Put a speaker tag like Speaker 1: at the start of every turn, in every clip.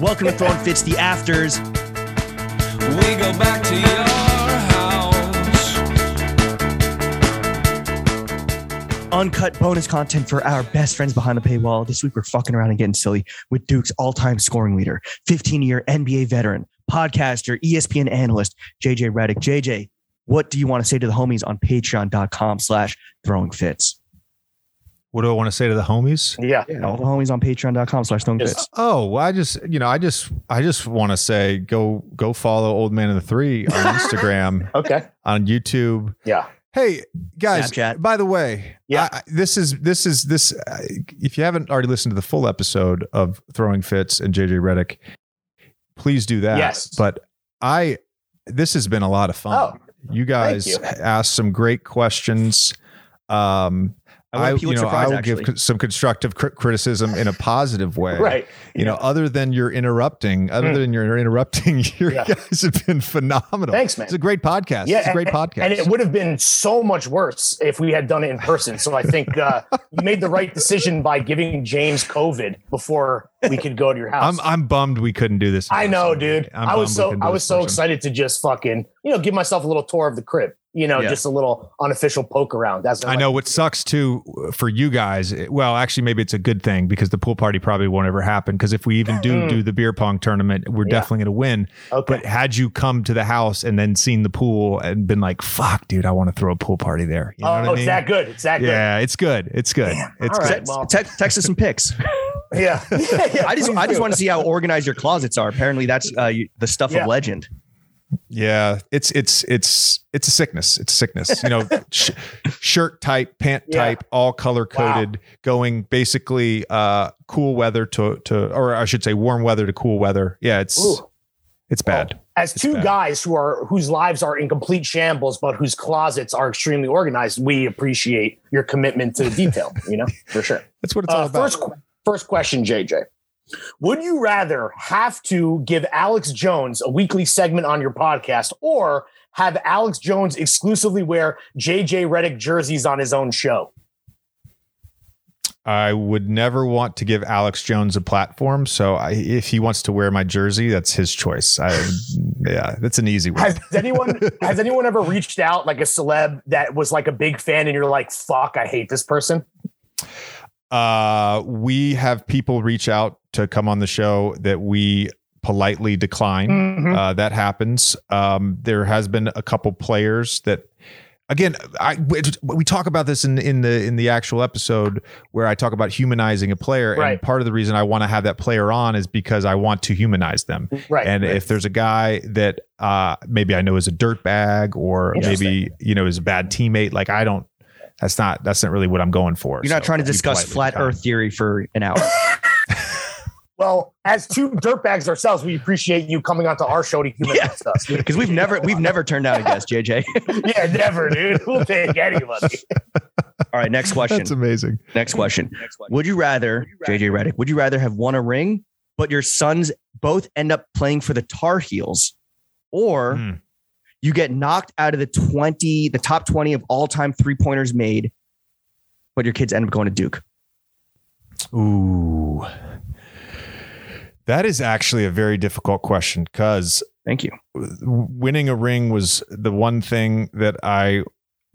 Speaker 1: Welcome to Throwing Fits the Afters.
Speaker 2: We go back to your house.
Speaker 1: Uncut bonus content for our best friends behind the paywall. This week we're fucking around and getting silly with Duke's all-time scoring leader, 15-year NBA veteran, podcaster, E ESPN analyst, JJ Redick. JJ, what do you want to say to the homies on patreon.com slash throwing fits?
Speaker 3: What do I want to say to the homies?
Speaker 4: Yeah.
Speaker 1: All the homies on patreon.com slash throwing fits.
Speaker 3: Oh, well, I just you know, I just I just want to say go go follow Old Man of the Three on Instagram,
Speaker 4: Okay.
Speaker 3: on YouTube.
Speaker 4: Yeah.
Speaker 3: Hey guys,
Speaker 1: Snapchat.
Speaker 3: Uh, by the way,
Speaker 4: Yeah.
Speaker 3: I, I- this is this is this. Uh, if you haven't already listened to the full episode of Throwing Fits and JJ Reddick, please do that.
Speaker 4: Yes.
Speaker 3: but I this has been a lot of fun.
Speaker 4: Oh,
Speaker 3: you guys
Speaker 4: you.
Speaker 3: asked some great questions. Um,
Speaker 1: I want
Speaker 3: I,
Speaker 1: a Pulitzer
Speaker 3: you know, I
Speaker 1: Prize,
Speaker 3: will
Speaker 1: actually.
Speaker 3: give co- some constructive cr- criticism in a positive way.
Speaker 4: Right. Hmm.
Speaker 3: You know, other than your interrupting, other than your interrupting, you
Speaker 4: Yeah.
Speaker 3: guys have been phenomenal.
Speaker 4: Thanks, man.
Speaker 3: It's a great podcast.
Speaker 4: Yeah,
Speaker 3: it's a great
Speaker 4: and-
Speaker 3: podcast.
Speaker 4: And it would have been so much worse if we had done it in person. So I think uh, you made the right decision by giving James COVID before we could go to your house.
Speaker 3: I'm I'm bummed we couldn't do this. in
Speaker 4: I know,
Speaker 3: person.
Speaker 4: dude.
Speaker 3: I'm
Speaker 4: I
Speaker 3: bummed we
Speaker 4: was so
Speaker 3: couldn't do
Speaker 4: I
Speaker 3: this
Speaker 4: was
Speaker 3: in
Speaker 4: so
Speaker 3: person.
Speaker 4: excited to just fucking you know give myself a little tour of the crib. You know,
Speaker 1: Yeah.
Speaker 4: just a little unofficial poke around. That's what
Speaker 3: I
Speaker 4: I'm
Speaker 3: know
Speaker 4: like,
Speaker 3: what sucks too for you guys. it- Well, actually, maybe it's a good thing because the pool party probably won't ever happen. Because if we even do
Speaker 4: Mm.
Speaker 3: do the beer pong tournament, we're
Speaker 4: Yeah.
Speaker 3: definitely going to win.
Speaker 4: Okay.
Speaker 3: But had you come to the house and then seen the pool and been like, "Fuck, dude, I want to throw a pool party there," you know
Speaker 4: oh,
Speaker 3: what I
Speaker 4: it's
Speaker 3: mean?
Speaker 4: that good. It's that
Speaker 3: Yeah, it's good. It's good. It's
Speaker 4: all
Speaker 3: good.
Speaker 4: right. well-
Speaker 1: Te- text us some pics.
Speaker 4: good. Yeah. yeah, yeah,
Speaker 1: I just
Speaker 4: please
Speaker 1: I just
Speaker 4: do.
Speaker 1: want to see how organized your closets are. Apparently that's uh, you, the stuff
Speaker 4: Yeah.
Speaker 1: of legend.
Speaker 3: Yeah, it's it's it's it's a sickness. It's a sickness. You know, sh- shirt type, pant
Speaker 4: Yeah.
Speaker 3: type, all color coded, going basically uh cool weather to to, or I should say, warm weather to cool weather. Yeah, it's
Speaker 4: Ooh.
Speaker 3: it's bad.
Speaker 4: as
Speaker 3: It's
Speaker 4: two
Speaker 3: bad.
Speaker 4: guys who are whose lives are in complete shambles but whose closets are extremely organized we appreciate your commitment to the detail you know for sure
Speaker 3: That's what it's all
Speaker 4: uh,
Speaker 3: about.
Speaker 4: first qu- first question jj would you rather have to give alex jones a weekly segment on your podcast or have alex jones exclusively wear jj reddick jerseys on his own show
Speaker 3: I would never want to give Alex Jones a platform. So I, if he wants to wear my jersey, that's his choice. I, yeah, that's an easy one.
Speaker 4: has anyone has anyone ever reached out like a celeb that was like a big fan and you're like fuck i hate this person
Speaker 3: Uh, we have people reach out to come on the show that we politely decline.
Speaker 1: Mm-hmm.
Speaker 4: Mhm.
Speaker 3: Uh, that happens. Um, there has been a couple players that, again, I we, we talk about this in in the in the actual episode where I talk about humanizing a player,
Speaker 4: Right.
Speaker 3: and part of the reason I want to have that player on is because I want to humanize them.
Speaker 4: right
Speaker 3: And
Speaker 4: right.
Speaker 3: if there's a guy that uh, maybe I know is a dirtbag or
Speaker 4: Interesting.
Speaker 3: maybe you know is a bad teammate, like I don't. That's not. That's not really what I'm going for.
Speaker 1: You're not
Speaker 3: So
Speaker 1: trying to
Speaker 3: we
Speaker 1: discuss
Speaker 3: politely
Speaker 1: flat
Speaker 3: decline.
Speaker 1: earth theory for an hour.
Speaker 4: Well, as two dirtbags ourselves, we appreciate you coming onto our show to humanize us.
Speaker 1: Because we've never we've never turned down a guest, JJ.
Speaker 4: yeah, never, dude. We'll take anybody.
Speaker 1: All right, next question.
Speaker 3: That's amazing.
Speaker 1: Next question. Would you rather, JJ Redick, would you rather have won a ring, but your sons both end up playing for the Tar Heels, or
Speaker 3: Hmm.
Speaker 1: you get knocked out of the 20, the top 20 of all time three pointers made, but your kids end up going to Duke?
Speaker 3: Ooh. That is actually a very difficult question because
Speaker 1: Thank you.
Speaker 3: winning a ring was the one thing that I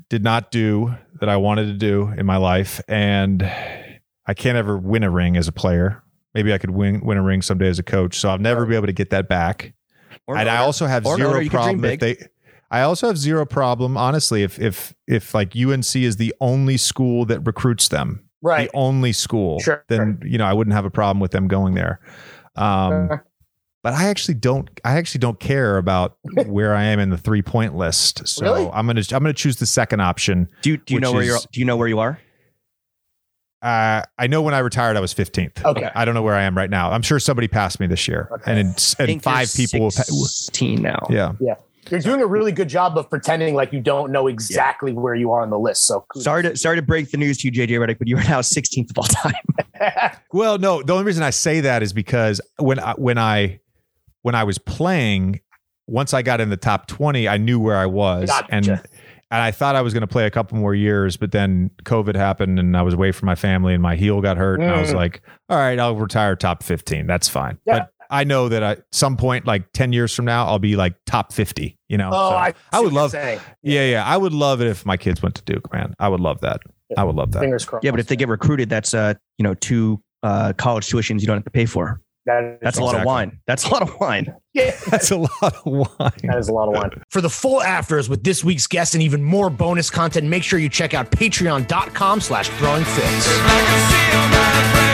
Speaker 3: did not do that I wanted to do in my life. And I can't ever win a ring as a player. Maybe I could win, win a ring someday as a coach. So I'll never be able to get that back.
Speaker 1: Or
Speaker 3: and I
Speaker 1: not.
Speaker 3: also have
Speaker 1: or an owner,
Speaker 3: zero
Speaker 1: you could dream
Speaker 3: problem if they. I also have zero problem, honestly, if if if like UNC is the only school that recruits them
Speaker 4: Right.
Speaker 3: the only school,
Speaker 4: Sure.
Speaker 3: then you know I wouldn't have a problem with them going there. Um,
Speaker 4: Sure.
Speaker 3: but I actually don't. I actually don't care about where I am in the three point list. So
Speaker 4: Really?
Speaker 3: I'm gonna I'm gonna choose the second option.
Speaker 1: do you, do you know
Speaker 3: which
Speaker 1: where you're
Speaker 3: is-
Speaker 1: do you know where you are?
Speaker 3: Uh, I know when I retired, I was 15th.
Speaker 4: Okay.
Speaker 3: I don't know where I am right now. I'm sure somebody passed me this year,
Speaker 4: Okay.
Speaker 3: and it's,
Speaker 1: I
Speaker 3: and
Speaker 1: think you're
Speaker 3: five people. Will pa-
Speaker 1: 16 now.
Speaker 3: yeah.
Speaker 4: You're doing a really good job of pretending like you don't know exactly where you are on the list. So kudos.
Speaker 1: Sorry to sorry to break the news to you, JJ Redick, but you are now 16th of all time.
Speaker 3: Well, no, the only reason I say that is because when I when I when I was playing, once I got in the top 20, I knew where I was
Speaker 4: Gotcha.
Speaker 3: and and I thought I was going to play a couple more years, but then COVID happened and I was away from my family and my heel got hurt and I was
Speaker 4: Mm.
Speaker 3: like, all right, I'll retire top 15. That's fine.
Speaker 4: Yeah.
Speaker 3: But I know that at some point, like 10 years from now, I'll be like top 50, you know?
Speaker 5: Oh,
Speaker 3: So
Speaker 5: I,
Speaker 3: I would
Speaker 5: see what you're
Speaker 3: love-
Speaker 5: saying.
Speaker 3: yeah, yeah. I would love it if my kids went to Duke, man. I would love that. I would love that.
Speaker 5: Fingers crossed.
Speaker 1: Yeah, but if they get recruited, that's uh, you know, two uh, college tuitions you don't have to pay for.
Speaker 5: That is-
Speaker 1: That's a lot of
Speaker 3: Exactly.
Speaker 1: wine. That's a lot of wine.
Speaker 5: yeah,
Speaker 3: That's a lot of wine.
Speaker 5: that is a lot of wine.
Speaker 4: For the full afters with this week's guest and even more bonus content, make sure you check out patreon.com slash throwing fits.
Speaker 2: I can see all my friends.